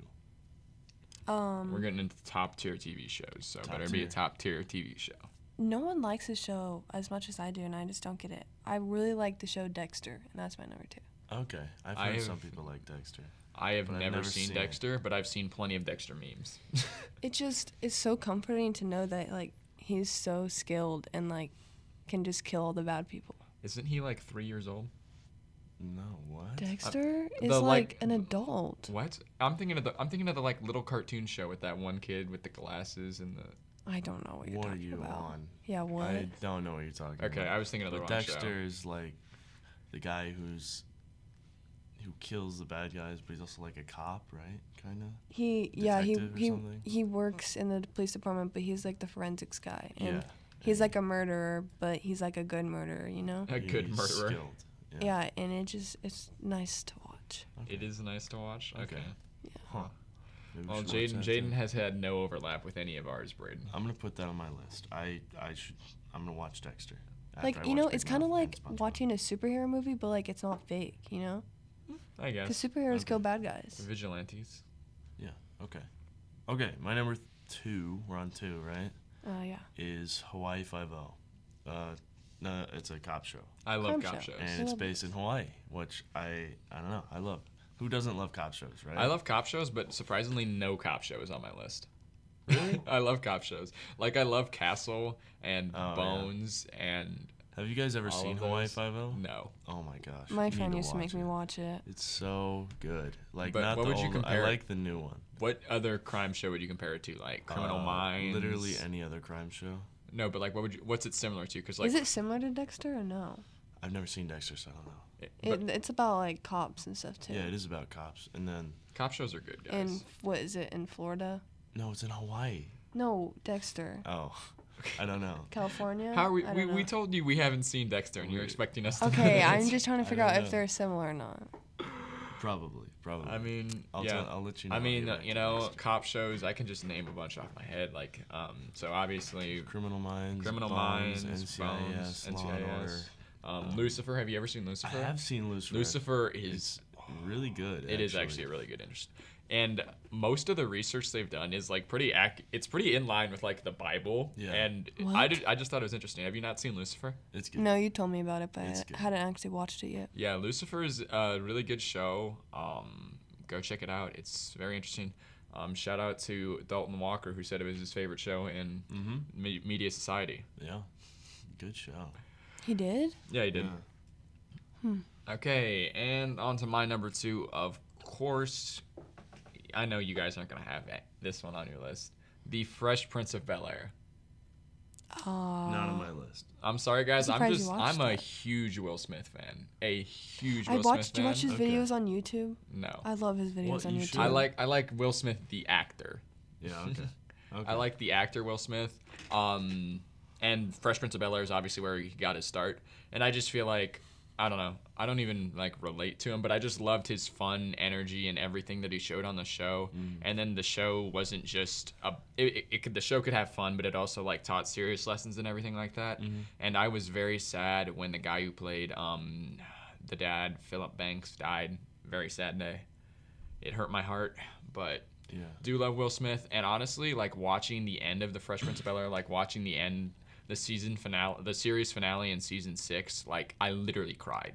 C: I don't know. Um,
A: We're getting into top tier TV shows, so
B: Top
A: better be a
B: tier.
A: top tier TV show.
C: no one likes this show as much as I do, and I just don't get it. I really like the show Dexter, and that's my number two.
B: Okay, I've
A: I
B: heard some
A: have-
B: people like Dexter.
A: I have
B: But
A: never,
B: I've never
A: seen,
B: seen it.
A: Dexter, but I've seen plenty of Dexter memes.
C: It just is so comforting to know that like he's so skilled and like can just kill all the bad people.
A: Isn't he like three years old?
B: No, what?
C: Dexter
A: the,
C: is like,
A: like-
C: an adult.
A: What? I'm thinking of the I'm thinking of the like little cartoon show with that one kid with the glasses and the.
C: I don't know what you're
B: what are
C: talking
B: you
C: about.
B: on?
C: Yeah, what?
B: I don't know what you're talking about.
A: Okay, I was thinking of the
B: But
A: wrong
B: Dexter
A: show.
B: is like the guy who's who kills the bad guys, but he's also like a cop, right? Kind of.
C: he yeah he
B: detective or
C: he
B: something?
C: he works in the police department, but he's like the forensics guy, and
B: Yeah.
C: he's like a murderer, but he's like a good murderer, you know?
A: A
B: Yeah,
A: good
B: he's
A: murderer.
B: Skilled.
C: Yeah, and it just it's nice to watch.
A: It is nice to watch. Okay.
B: Okay. Huh. Maybe we
A: Well,
B: should watch
A: Jaden
B: that
A: Jaden
B: too.
A: has had no overlap with any of ours, Braden.
B: I'm gonna put that on my list. I I should. I'm gonna watch Dexter. after I
C: like you
B: watch
C: know,
B: Big
C: it's kind of
B: Mouth and
C: like
B: SpongeBob.
C: watching a superhero movie, but like it's not fake, you know?
A: I guess
C: Because superheroes
B: Okay.
C: kill bad guys.
A: vigilantes.
B: Okay. Okay, my number th- two. We're on two, right?
C: Oh yeah.
B: Is Hawaii Five O. Uh, no, it's a cop show,
A: I love
C: Crime
A: cop
C: show.
A: shows.
B: and
C: I
B: it's
C: love
B: based in Hawaii, which I I don't know. I love. Who doesn't love cop shows, right?
A: I love cop shows, but surprisingly, no cop show is on my list.
B: Really?
A: I love cop shows. Like I love Castle and
B: Oh, yeah.
A: Bones and
B: Have you guys ever
A: All
B: seen
A: of
B: Hawaii
A: those?
B: Five O?
A: No.
B: Oh my gosh. you
C: My
B: need
C: friend used to
B: watch
C: make me
B: it.
C: watch it.
B: It's so good. Like
A: But
B: not
A: what
B: the
A: would you
B: old one. I
A: compare it-
B: like the new one.
A: What other crime show would you compare it to? Like Criminal
B: Uh,
A: Minds.
B: Literally any other crime show.
A: No, but like, what would you? What's it similar to? Because like,
C: Is it similar to Dexter or no?
B: I've never seen Dexter, so I don't know.
A: it- but
C: It, it's about like cops and stuff too.
B: Yeah, it is about cops. And then
A: cop shows are good, guys.
C: In what is it in Florida?
B: no, it's in Hawaii.
C: No, Dexter,
B: Oh, I don't know.
C: California.
A: How are we?
C: I
A: We,
C: don't
A: we
C: know.
A: told you we haven't seen Dexter, and you're
B: We-
A: expecting us to. know
C: Okay,
A: the
C: I'm
A: answer.
C: just trying to
B: I
C: figure out
B: don't
C: if
B: know.
C: they're similar or not.
B: Probably, probably.
A: I mean,
B: I'll
A: yeah.
B: tell, I'll let you know.
A: I
B: I'll
A: mean, uh,
B: get back
A: you
B: to
A: know,
B: Dexter.
A: cop shows. I can just name a bunch off my head. Like, um, so obviously,
B: Criminal Minds,
A: Criminal Minds,
B: Bones,
A: Bones,
B: NCIS, Law and
A: NCIS.
B: Order.
A: Um,
B: Um,
A: Lucifer. Have you ever seen
B: I
A: Lucifer?
B: have seen Lucifer.
A: Lucifer
B: It's
A: is
B: really good.
A: It is actually a really good interest. And most of the research they've done is like pretty ac- it's pretty in line with like the Bible.
B: Yeah.
A: And I
C: What?
A: did, I just thought it was interesting. Have you not seen Lucifer?
B: It's good.
C: No, you told me about it, but
B: It's
C: I
B: good.
C: hadn't actually watched it yet.
A: Yeah, Lucifer is a really good show. Um, go check it out. It's very interesting. Um, shout out to Dalton Walker who said it was his favorite show in
B: Mhm.
A: me- Media Society.
B: Yeah. Good show.
C: He did?
A: Yeah, he did.
B: Yeah.
A: Okay, and on to my number two. Of course, I know you guys aren't gonna have it- this one on your list. The Fresh Prince of Bel Air.
C: Oh.
B: Not on my list.
A: I'm sorry, guys.
C: I'm
A: I'm
C: surprised
A: just
C: you
A: I'm a
C: watched it.
A: huge Will Smith fan. A huge.
C: I
A: Will Smith
C: watched. Do you
A: fan.
C: watch his
B: Okay.
C: videos on YouTube?
A: No.
C: I love his videos
B: Well,
C: on
B: you
C: YouTube.
B: should.
A: I like I like Will Smith the actor.
B: Yeah. Okay. okay.
A: I like the actor Will Smith. Um, and Fresh Prince of Bel Air is obviously where he got his start. And I just feel like I don't know. I don't even like relate to him, but I just loved his fun energy and everything that he showed on the show. And then the show wasn't just a. It, it, it could the show could have fun, but it also like taught serious lessons and everything like that. And I was very sad when the guy who played um, the dad Philip Banks died. Very sad day. It hurt my heart, but
B: Yeah.
A: do love Will Smith, and honestly, like watching the end of the Fresh Prince of Bel Air, like watching the end, the season finale, the series finale in season six, like I literally cried.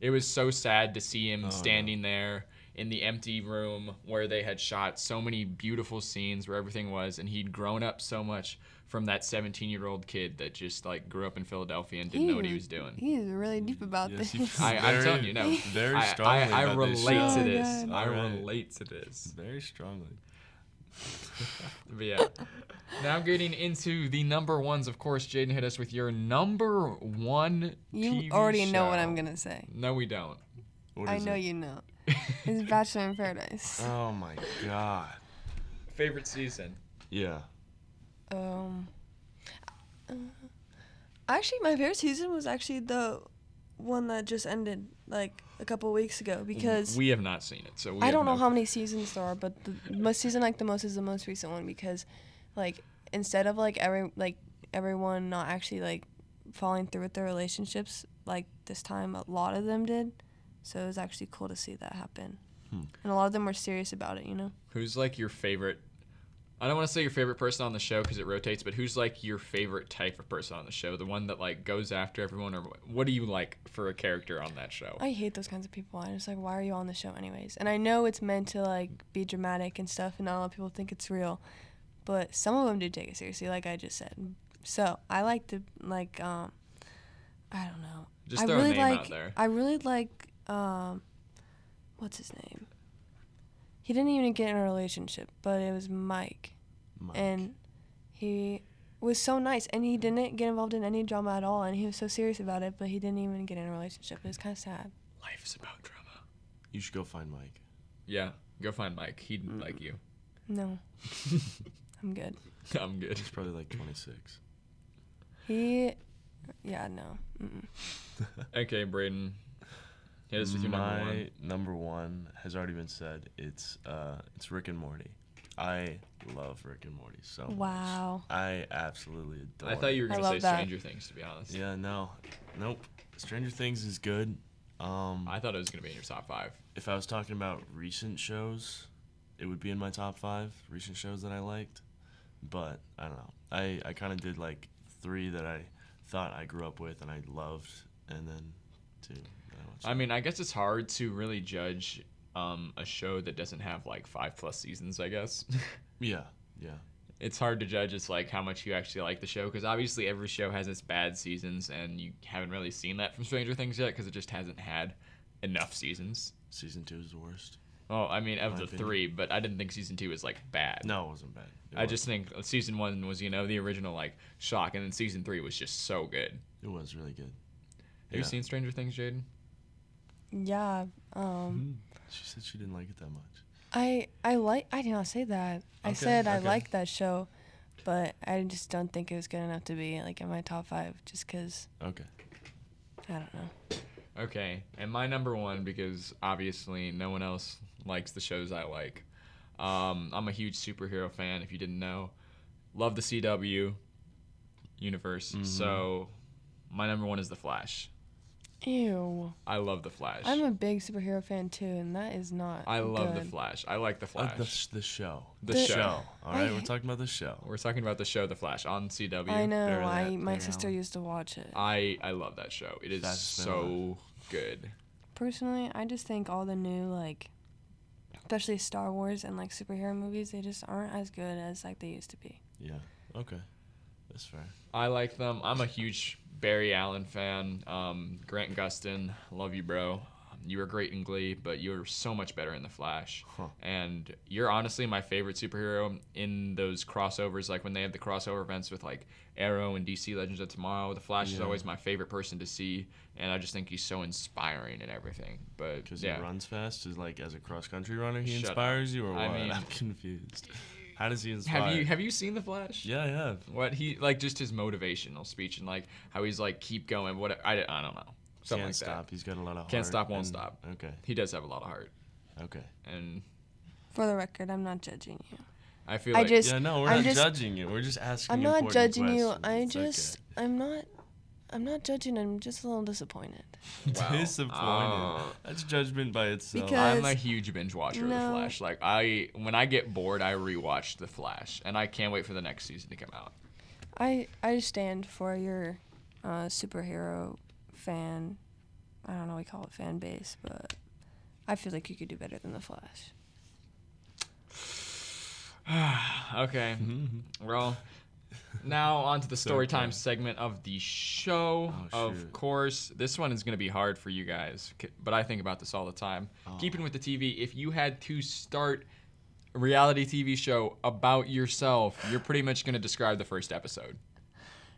A: It was so sad to see him
B: Oh, no.
A: standing there in the empty room where they had shot so many beautiful scenes where everything was, and he'd grown up so much from that 17-year-old kid that just like grew up in Philadelphia and didn't know what he was doing.
C: He's really deep about
B: Yes, he-
C: this.
A: I, I'm
B: Very-
A: telling you, no,
B: very
A: I-
B: strongly
A: I, I,
B: about
A: relate
B: this
A: to
C: show.
A: this.
C: Oh, God.
A: I
B: Alright.
A: relate to this.
B: Very strongly.
A: But yeah. now getting into the number ones, of course, Jaden hit us with your number one.
C: you
A: TV
C: already know what
A: show.
C: I'm gonna say.
A: No, we don't.
B: What
C: I
B: is
C: know
B: it?
C: you know. It's Bachelor in Paradise.
B: Oh my god.
A: Favorite season.
B: Yeah.
C: Um, uh, actually, my favorite season was actually the one that just ended like a couple weeks ago
B: Mm-hmm.
C: because
A: we have not seen it, so we
C: I
A: have
C: don't know
A: no-
C: how many seasons there are, but the most season like the most is the most recent one because, like, instead of like every like everyone not actually like falling through with their relationships, like this time a lot of them did, so it was actually cool to see that happen,
B: Hmm.
C: and a lot of them were serious about it, you know.
A: Who's like your favorite? I don't want to say your favorite person on the show because it rotates, but who's like your favorite type of person on the show? The one that like goes after everyone, or wh- what do you like for a character on that show?
C: I hate those kinds of people. I'm just like, why are you on the show anyways? And I know it's meant to like be dramatic and stuff, and not a lot of people think it's real, but some of them do take it seriously, like I just said. So I like to like um, I don't know.
A: Just
C: I
A: throw
C: really
A: a name
C: like,
A: out there.
C: I really like um, what's his name? He didn't even get in a relationship, but it was Mike,
B: Mike.
C: and he was so nice, and he didn't get involved in any drama at all, and he was so serious about it, but he didn't even get in a relationship. It was kind of sad.
A: Life is about drama.
B: you should go find Mike.
A: Yeah, go find Mike. He'd
C: Mm.
A: like you.
C: No, I'm good.
A: I'm good.
B: He's probably like 26.
C: He, yeah, no. Mm-mm.
A: Okay, Braden. Hit us with your
B: My
A: number one.
B: number one has already been said. It's uh, it's Rick and Morty. I love Rick and Morty so much.
C: Wow.
B: I absolutely adore.
A: I thought you
B: it.
A: were
C: I
A: gonna
C: love
A: say
C: that.
A: Stranger Things, to be honest.
B: Yeah. No. Nope. Stranger Things is good. Um,
A: I thought it was gonna be in your top five.
B: if I was talking about recent shows, it would be in my top five recent shows that I liked. But I don't know. I, I kind of did like three that I thought I grew up with and I loved, and then two. that I watched.
A: I mean, I guess it's hard to really judge um, a show that doesn't have like five plus seasons. I guess
B: yeah, yeah.
A: it's hard to judge it's like how much you actually like the show because obviously every show has its bad seasons and you haven't really seen that from stranger things yet because it just hasn't had enough seasons
B: Season two is the worst.
A: well i mean of
B: My
A: the
B: opinion.
A: three but i didn't think season two was like bad
B: No, it wasn't bad. It
A: i
B: was,
A: just think season one was you know the original like shock and then season three was just so good have
B: it was really good.
A: you
B: Yeah.
A: seen stranger things jaden
C: Yeah. Um.
B: She said she didn't like it that much.
C: I I like. I did not say that. I
B: Okay,
C: said I
B: okay.
C: liked that show, but I just don't think it was good enough to be like in my top five. Just because
B: Okay.
C: I don't know.
A: Okay, and my number one because obviously no one else likes the shows I like. Um, I'm a huge superhero fan. If you didn't know, love the CW universe.
B: Mm-hmm.
A: So my number one is the Flash.
C: Ew.
A: I love the Flash.
C: I'm a big superhero fan too, and that is not.
A: I love the
C: good.
A: Flash. I like the
B: Uh,
A: Flash.
B: the, sh- the show.
A: The
C: The-
A: show.
B: Show. All right,
C: I-
B: we're talking about the show.
A: We're talking about the show The Flash on CW.
C: I know.
B: Better
C: I
B: that
C: my
B: than
C: sister
B: Alan.
C: used to watch it.
A: I I love that show. It is
B: Fastest man
A: so good.
C: Personally, I just think all the new like, especially Star Wars and like superhero movies, they just aren't as good as like they used to be.
B: Yeah. Okay. That's fair.
A: I like them. I'm a huge Barry Allen fan. Um, Grant Gustin, love you, bro. You were great in Glee, but you were so much better in The Flash.
B: Huh.
A: And you're honestly my favorite superhero in those crossovers, like when they have the crossover events with like Arrow and DC Legends of Tomorrow. The Flash is
B: Yeah.
A: always my favorite person to see, and I just think he's so inspiring and everything. But
B: Because
A: yeah,
B: he runs fast. Is like as a cross country runner, he
A: Shut up.
B: inspires you, or what?
A: I mean-
B: I'm confused. How does he inspire?
A: have you have you seen The Flash?
B: Yeah, yeah.
A: What he like just his motivational speech and like how he's like keep going. What I, I don't know. Something
B: Can't
A: like that.
B: stop. He's got a lot of.
A: Can't
B: heart
A: stop, won't
B: and-
A: stop.
B: Okay.
A: he does have a lot of heart
B: Okay.
A: and
C: For the record, I'm not judging you.
A: i feel
C: I
A: like
C: just-
B: Yeah, no, we're
C: I'm
B: not
C: just-
B: judging you. We're just asking.
C: I'm not
B: important
C: judging you.
B: questions.
C: I
B: It's okay.
C: just I'm not I'm not judging. I'm just a little disappointed.
A: Wow.
B: Disappointed.
A: Oh.
B: That's judgment by itself.
C: Because-
A: i'm a huge binge watcher of the
C: No.
A: flash like i when i get bored i rewatch the flash and i can't wait for the next season to come out
C: I I stand for your uh, superhero fan. I don't know. We call it fan base, but I feel like you could do better than the Flash.
A: okay
B: Mm-hmm.
A: well now on to the story time segment of the show
B: Oh,
A: of
B: shoot.
A: course this one is going to be hard for you guys c- but i think about this all the time
B: Oh.
A: keeping with the tv if you had to start a reality tv show about yourself you're pretty much going to describe the first episode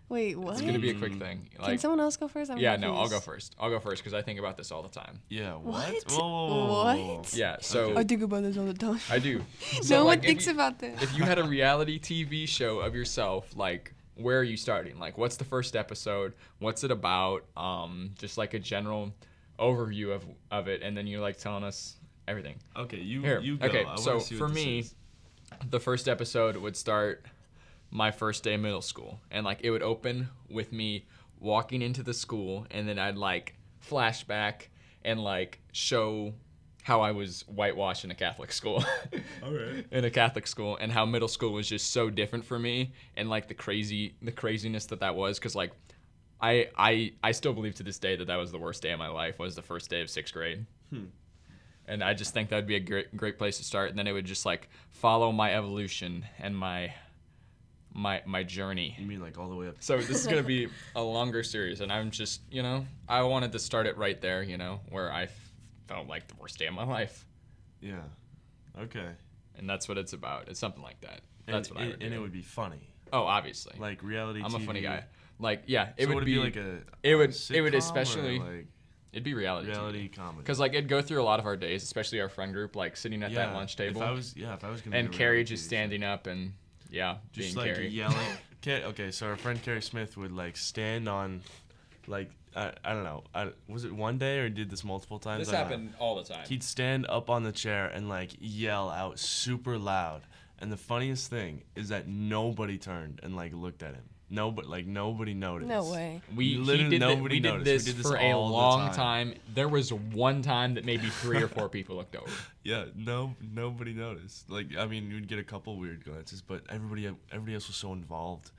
C: Wait, what?
A: it's going to be a
B: Mm.
A: quick thing
C: Can
A: like
C: someone else go first? I'm
A: Yeah, no, I'll go
C: confused.
A: first. I'll go first because I think about this all the time.
B: yeah. What?
C: What?
B: Whoa, whoa, whoa, whoa, whoa, whoa.
C: What?
A: Yeah, so
C: I think about this all the time.
A: I do. So,
C: no
A: like,
C: one
A: if
C: thinks
A: you,
C: about this.
A: If you had a reality TV show of yourself, like where are you starting? Like, what's the first episode? What's it about? Um, just like a general overview of of it, and then you're like telling us everything.
B: Okay, you
A: Here,
B: you go.
A: okay,
B: I wanna
A: so
B: see what
A: for
B: this
A: me,
B: is.
A: the first episode would start my first day of middle school and like it would open with me walking into the school and then i'd like flashback and like show how i was whitewashed in a catholic school
B: Alright.
A: in a catholic school and how middle school was just so different for me and like the crazy the craziness that that was because like I, I i still believe to this day that that was the worst day of my life was the first day of sixth grade
B: Hmm.
A: and I just think that'd be a great, great place to start. And then it would just like follow my evolution and my my my journey.
B: you mean like all the way up?
A: So this is gonna be a longer series, and I'm just you know I wanted to start it right there, you know, where I f- felt like the worst day of my life,
B: Yeah. Okay.
A: and that's what it's about. It's something like that.
B: And,
A: That's what I
B: it-
A: would
B: and
A: do.
B: it would be funny,
A: oh, obviously,
B: like reality.
A: I'm a
B: TV.
A: funny guy. Like yeah, it
B: So
A: would, be,
B: like a.
A: it
B: a
A: would- it would
B: sitcom or,
A: especially-
B: like
A: it'd be reality.
B: reality comedy.
A: Because like it'd go through a lot of our days, especially our friend group, like sitting at that lunch table
B: If I was, yeah, if I was gonna.
A: and
B: do a
A: Carrie
B: reality
A: just
B: TV show,
A: standing up and yeah,
B: just
A: being
B: like
A: Carrie.
B: yelling. Carrie, okay, so our friend Carrie Smith would like stand on, like I, I don't know, I, was it one day or did this multiple times?
A: This
B: I don't know.
A: happened all the time.
B: He'd stand up on the chair and like yell out super loud. And the funniest thing is that nobody turned and like looked at him. Nobody, like nobody noticed.
C: No way.
A: We
B: Literally
A: he did that-
B: nobody
A: we did
B: noticed.
A: this
B: We did this
A: for a
B: all the
A: long time.
B: time.
A: There was one time that maybe three or four people looked over.
B: Yeah, no, nobody noticed. Like, I mean, you'd get a couple weird glances, but everybody, everybody else was so involved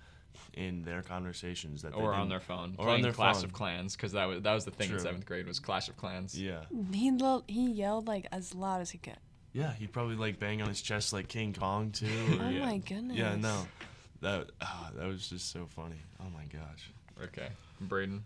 B: in their conversations that they
A: Or on
B: didn't-
A: their phone,
B: or on
A: playing
B: their
A: Clash
B: phone.
A: of Clans, because that was that was the thing in
B: True.
A: seventh grade was Clash of Clans.
B: Yeah,
C: He lo- he yelled like as loud as he could.
B: Yeah, he'd probably like bang on his chest like King Kong too.
C: Oh
B: or-
C: my goodness.
B: yeah, no, that ah, that was just so funny. Oh my gosh.
A: Okay, Braden.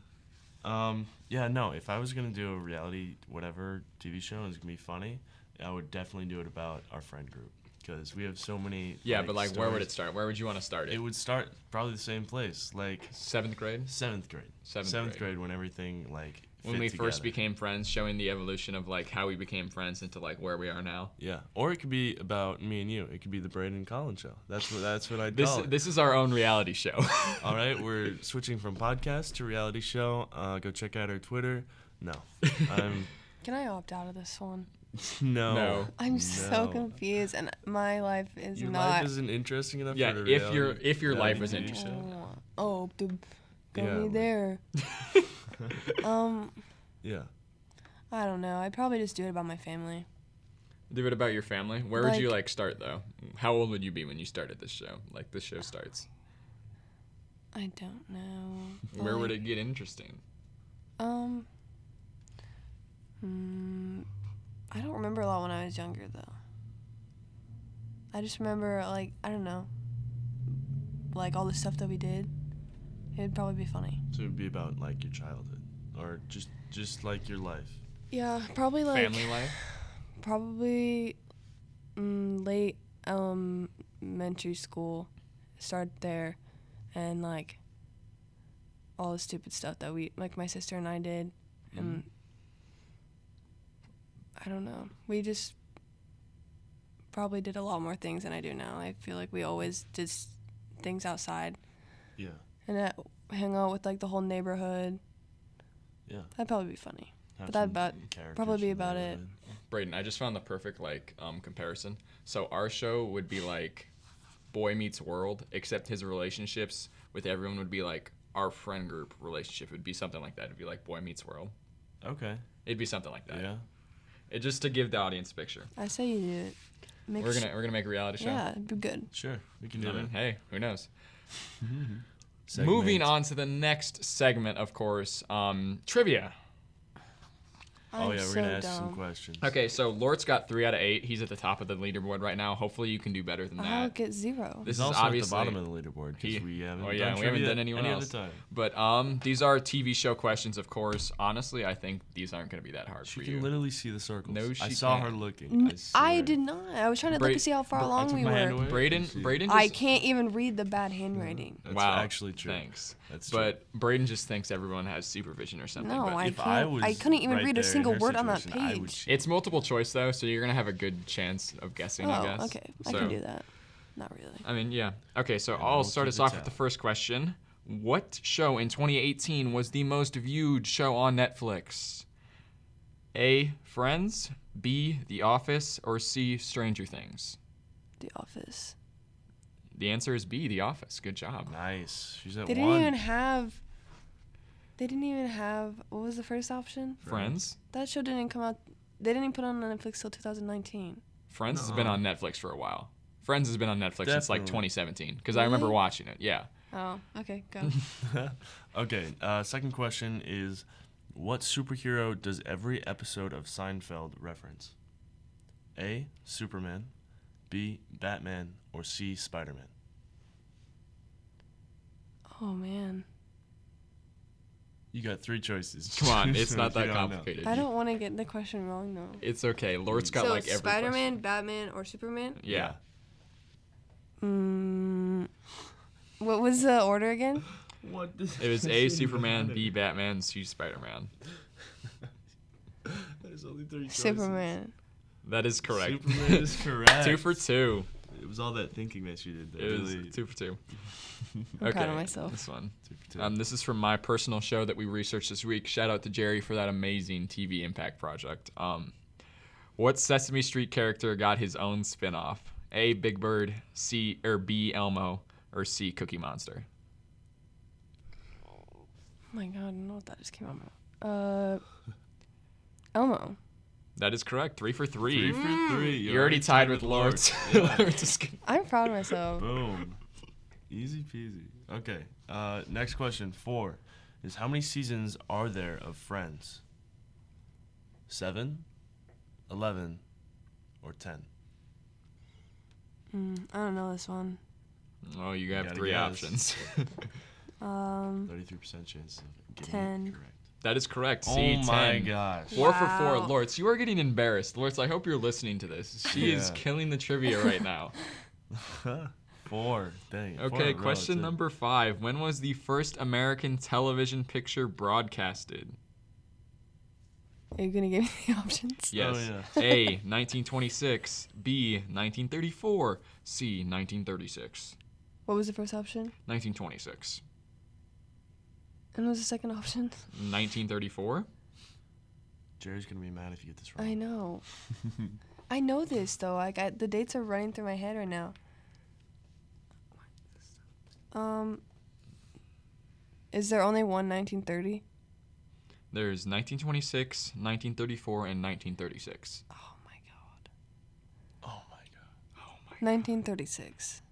B: Um, yeah, no. If I was gonna do a reality whatever TV show and it's gonna be funny, I would definitely do it about our friend group because we have so many.
A: Yeah, but like, where would it
B: stories.
A: start? Where would you want to start it?
B: It would start probably the same place, like
A: Seventh grade.
B: seventh grade.
A: Seventh grade.
B: grade. when everything like.
A: When
B: fit
A: we first
B: together.
A: became friends, showing the evolution of like how we became friends into like where we are now.
B: Yeah, or it could be about me and you. It could be the Braden Collins show. That's what that's what I would
A: This
B: call it.
A: this is our own reality show.
B: All right, we're switching from podcast to reality show. Uh, go check out our Twitter. No, I'm
C: Can I opt out of this one?
B: no.
A: No.
C: I'm so
B: No.
C: confused, and my life is
B: Your
C: not.
B: life isn't interesting enough.
A: Yeah,
B: for a
A: if your
B: reality-
A: if your life
B: reality
A: was
B: TV
A: interesting.
B: show.
C: Oh, oh, the, got
B: Yeah,
C: me
B: like-
C: there. um,
B: Yeah.
C: I don't know. I'd probably just do it about my family.
A: Do it about your family. Where would you
C: Like-
A: like start though? How old would you be when you started this show? Like this show starts.
C: I don't know. but
A: Where would
C: like,
A: it get interesting?
C: Um. Hmm, I don't remember a lot when I was younger though. I just remember like I don't know. Like all the stuff that we did, it would probably be funny.
B: So it'd be about like your childhood, or just just like your life.
C: Yeah, probably like
A: family life.
C: probably mm, late elementary school. Start there, and like all the stupid stuff that we like my sister and I did,
B: Mm-hmm.
C: and I don't know. We just probably did a lot more things than I do now. I feel like we always did s- things outside
B: Yeah.
C: and uh, hung out with like the whole neighborhood.
B: Yeah.
C: That'd probably be funny.
B: Have
C: But that
B: some
C: about-
B: characters
C: probably
B: from
C: be about
B: there,
C: it.
B: man.
A: Braden, I just found the perfect like um, comparison. So our show would be like Boy Meets World, except his relationships with everyone would be like our friend group relationship would be something like that. It'd be like Boy Meets World.
B: Okay.
A: It'd be something like that.
B: Yeah.
A: It just to give the audience a picture.
C: I say you do it. Make
A: We're
C: sh-
A: gonna we're gonna make a reality show.
C: yeah, it'd be good.
B: Sure. We can
A: I
B: do
A: mean,
B: that.
A: hey, who knows?
B: Segment.
A: Moving on to the next segment, of course, um, trivia.
B: Oh
C: I'm
B: yeah, we're
C: so
B: gonna ask
C: dumb.
B: some questions.
A: Okay, so Lort's got three out of eight. He's at the top of the leaderboard right now. Hopefully, you can do better than
C: I'll
A: that.
C: get zero.
A: This
B: He's
A: is
B: also
A: obviously
B: at the bottom of the leaderboard
A: He-
B: because we haven't.
A: oh yeah,
B: done
A: we haven't
B: trivia
A: done anyone
B: any
A: else.
B: Other time.
A: But um, these are TV show questions, of course. Honestly, I think these aren't going to be that hard
B: She
A: for
B: can
A: you.
B: literally see the circles.
A: No,
B: I
A: she
B: saw
A: can't.
B: her looking.
C: N-
B: I, swear.
C: I did not. I was trying to look
A: Bra-
C: to see how far
B: Bra- I
C: along
B: took
C: we
B: my hand
C: were.
B: away.
A: Braden,
B: She-
A: Braden,
C: I
A: just-
C: can't even read the bad handwriting.
B: That's
A: wow,
B: actually true.
A: Thanks.
B: That's true.
A: But Braden just thinks everyone has supervision or something.
C: No,
A: but
C: I
B: if I
C: can't.
B: was
C: I, couldn't even
B: right
C: read
B: there
C: a
B: in
C: single
B: her
C: word on that
B: situation, I would
C: page.
B: cheat.
A: it's multiple choice though, so you're gonna have a good chance of guessing. I
C: Oh,
A: guess.
C: okay. I can do that. Not really.
A: I mean, yeah. Okay, so
B: we'll
A: I'll start
B: keep
A: us
B: it
A: off with
B: tab.
A: the first question. What show in 2018 was the most viewed show on Netflix? A. Friends. B. The Office. Or C. Stranger Things.
C: The Office.
A: The answer is B. The Office. Good job.
B: Nice. She's at
C: They didn't
B: one.
C: even have. They didn't even have. What was the first option?
A: Friends.
C: That show didn't come out. They didn't even put it on Netflix till 2019.
A: Friends has been on Netflix for a while. Friends has been on Netflix since like
B: Definitely.
A: 2017 because I remember
C: Really?
A: watching it. Yeah.
C: Oh, okay, go.
B: okay. Uh, second question is, what superhero does every episode of Seinfeld reference? A. Superman. B. Batman. Or C. Spider-Man.
C: oh man,
B: You got three choices.
A: Come on, it's
B: So
A: not
B: if you
A: that
B: don't know-
A: complicated.
C: I don't want to get the question wrong though.
A: It's okay. Lord's got
C: so
A: like every
C: Spider-Man,
A: question.
C: Batman, or Superman?
A: Yeah.
C: Mm, what was the order again?
B: What does
A: It was A. Superman. B. Batman. C. Spider Man.
B: There's only three choices.
C: Superman.
A: That is correct.
B: Superman is correct.
A: two for two.
B: It was all that thinking that she did. That
A: It was
B: really-
A: two for two.
C: I'm proud of myself.
A: This one.
B: two for two.
A: Um, this is from my personal show that we researched this week. Shout out to Jerry for that amazing TV impact project. Um, what Sesame Street character got his own spin-off? A. Big Bird. C. Or B. Elmo. Or C. Cookie Monster.
C: Oh my god, I don't know what that just came out. of my mouth. Uh, Elmo.
A: That is correct. Three for three.
B: three
C: Mm.
B: for three.
A: You're already tied with Lords. Lords is good.
C: I'm proud of myself.
B: Boom. Easy peasy. Okay. Uh, next question four is how many seasons are there of Friends? Seven, eleven, or ten?
C: Mm, I don't know this one.
A: Oh, you have
B: gotta
A: three
B: guess.
A: options.
C: Um,
B: Thirty-three percent chance of getting
C: Ten.
B: it correct.
A: that is correct.
B: oh
A: C10.
B: my gosh!
A: Four for
C: Wow.
A: four. Lortz, you are getting embarrassed. Lortz, I hope you're listening to this. She is
B: Yeah.
A: killing the trivia right now.
B: four. Dang. it, four
A: Okay,
B: in a row,
A: question
B: too.
A: number five. When was the first American television picture broadcasted?
B: Oh,
C: are you gonna give me the options?
A: Yes.
B: yeah.
A: A. 1926. B. 1934. C. 1936.
C: What was the first option?
A: 1926.
C: And what was the second option?
A: 1934.
B: Jerry's gonna be mad if you get this wrong.
C: I know. I know this though. Like I, the dates are running through my head right now. Um, is there only one 1930?
A: There's 1926, 1934, and 1936.
C: Oh my god.
B: Oh my god.
C: 1936.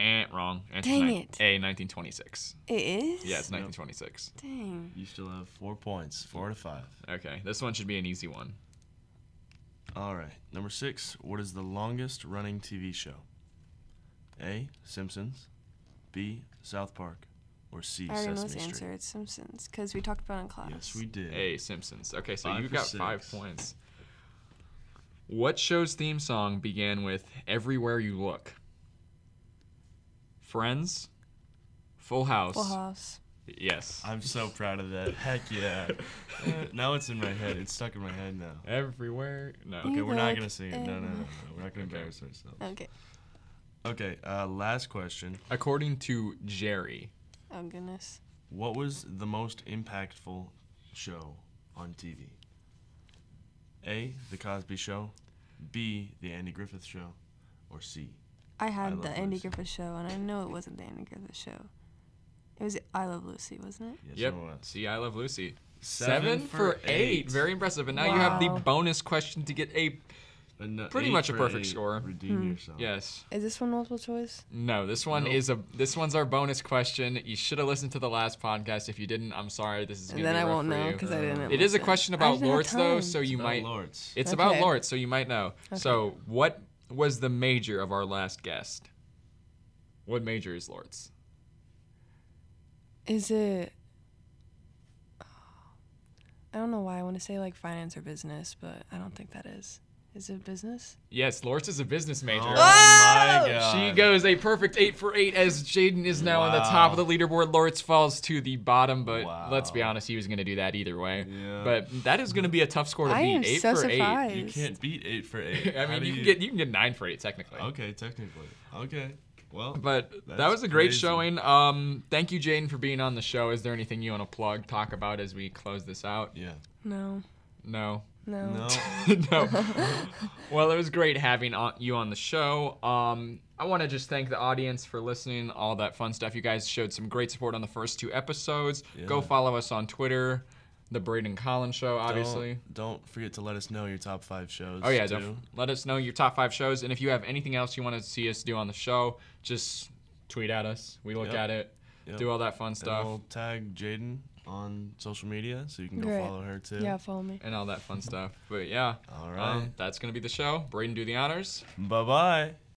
A: Eh, wrong. Answer
C: Dang
A: nine-
C: it.
A: A. 1926.
C: It is.
A: Yeah, it's
B: Nope.
A: 1926.
C: Dang.
B: You still have four points. Four to five.
A: Okay, this one should be an easy one.
B: All right. Number six. What is the longest running TV show? A. Simpsons. B. South Park. Or C.
C: I already know
B: Sesame
C: this
B: Street.
C: answer. It's Simpsons because we talked about it in class.
B: Yes, we did.
A: A Simpsons. Okay, so
B: Five
A: you
B: for
A: got five
B: six.
A: points. What show's theme song began with "Everywhere You Look"? Friends, Full House.
C: Full House.
A: Yes.
B: I'm so proud of that. Heck yeah. Uh, now it's in my head. It's stuck in my head now.
A: Everywhere. No.
B: Okay,
C: You
B: we're not
C: look
B: gonna sing it. No, no, no, no.
C: everywhere.
B: We're not gonna
A: Okay.
B: embarrass ourselves.
C: Okay.
B: Okay. Uh, last question.
A: According to Jerry,
C: Oh goodness.
B: What was the most impactful show on TV? A. The Cosby Show. B. The Andy Griffith Show. Or C.
C: I
B: I
C: had
B: Love
C: the Andy
B: Lucy.
C: Griffith show, and I know it wasn't the Andy Griffith show. It was I Love Lucy, wasn't it?
B: Yes,
A: yep.
B: it was.
A: See, I love Lucy. Seven, for eight. Very impressive. And now you have the
C: Wow.
A: bonus question to get a
B: And, uh,
A: pretty
B: eight
A: much a
B: for
A: perfect
B: eight.
A: score.
B: Redeem yourself.
A: yes.
C: Is this one multiple choice?
A: No, this one
B: Nope.
A: is a this one's our bonus question. You should have listened to the last podcast. If you didn't, I'm sorry. This is
C: And
A: gonna
C: then
A: be
C: I
A: rough
C: won't
A: for
C: know
A: you.
C: because I didn't.
A: It is a
C: listen.
A: question
C: I
A: about
C: didn't have
A: Lords though,
C: time.
A: so you
B: About
A: might.
B: Lords.
A: It's about
C: Okay.
A: Lords, so you might know.
C: Okay.
A: So, what was the major of our last guest? What major is Lords?
C: Is it? I don't know why I want to say like finance or business, but I don't think that is. Is it business?
A: Yes, Lords is a business major.
B: Oh my
C: Oh!
B: god.
A: She goes a perfect eight for eight as Jaden is now on the top of the
B: Wow.
A: leaderboard. Lords falls to the bottom, but let's be
B: Wow.
A: honest, he was going to do that either way.
B: Yeah.
A: But that is going to be a tough score to
C: I
A: beat.
C: am
A: eight
C: so
A: for
C: surprised.
B: You can't beat eight for eight.
A: eight. I
B: How
A: mean,
B: do
A: you can get you can get nine for eight technically.
B: Okay, technically. Okay. Well.
A: But that
B: That's
A: was a great
B: crazy.
A: showing. Um, thank you, Jaden, for being on the show. Is there anything you want to plug, talk about as we close this out?
B: yeah.
C: No.
A: No.
C: No.
B: No.
A: no. well, it was great having on, you on the show. Um, I want to just thank the audience for listening, all that fun stuff. You guys showed some great support on the first two episodes. Go
B: Yeah.
A: follow us on Twitter, The Braden Collins Show, obviously.
B: Don't, don't forget to let us know your top five shows.
A: Oh yeah,
B: too.
A: def- let us know your top five shows, and if you have anything else you want to see us do on the show, just tweet at us. We look
B: Yep.
A: at it,
B: Yep.
A: do all that fun
B: And
A: stuff,
B: we'll tag Jaden on social media so you can go
C: Great.
B: follow her too.
C: Yeah, follow me.
A: and all that fun stuff. But yeah,
B: All
A: um,
B: right.
A: that's gonna be the show. Braden, do the honors.
B: bye bye.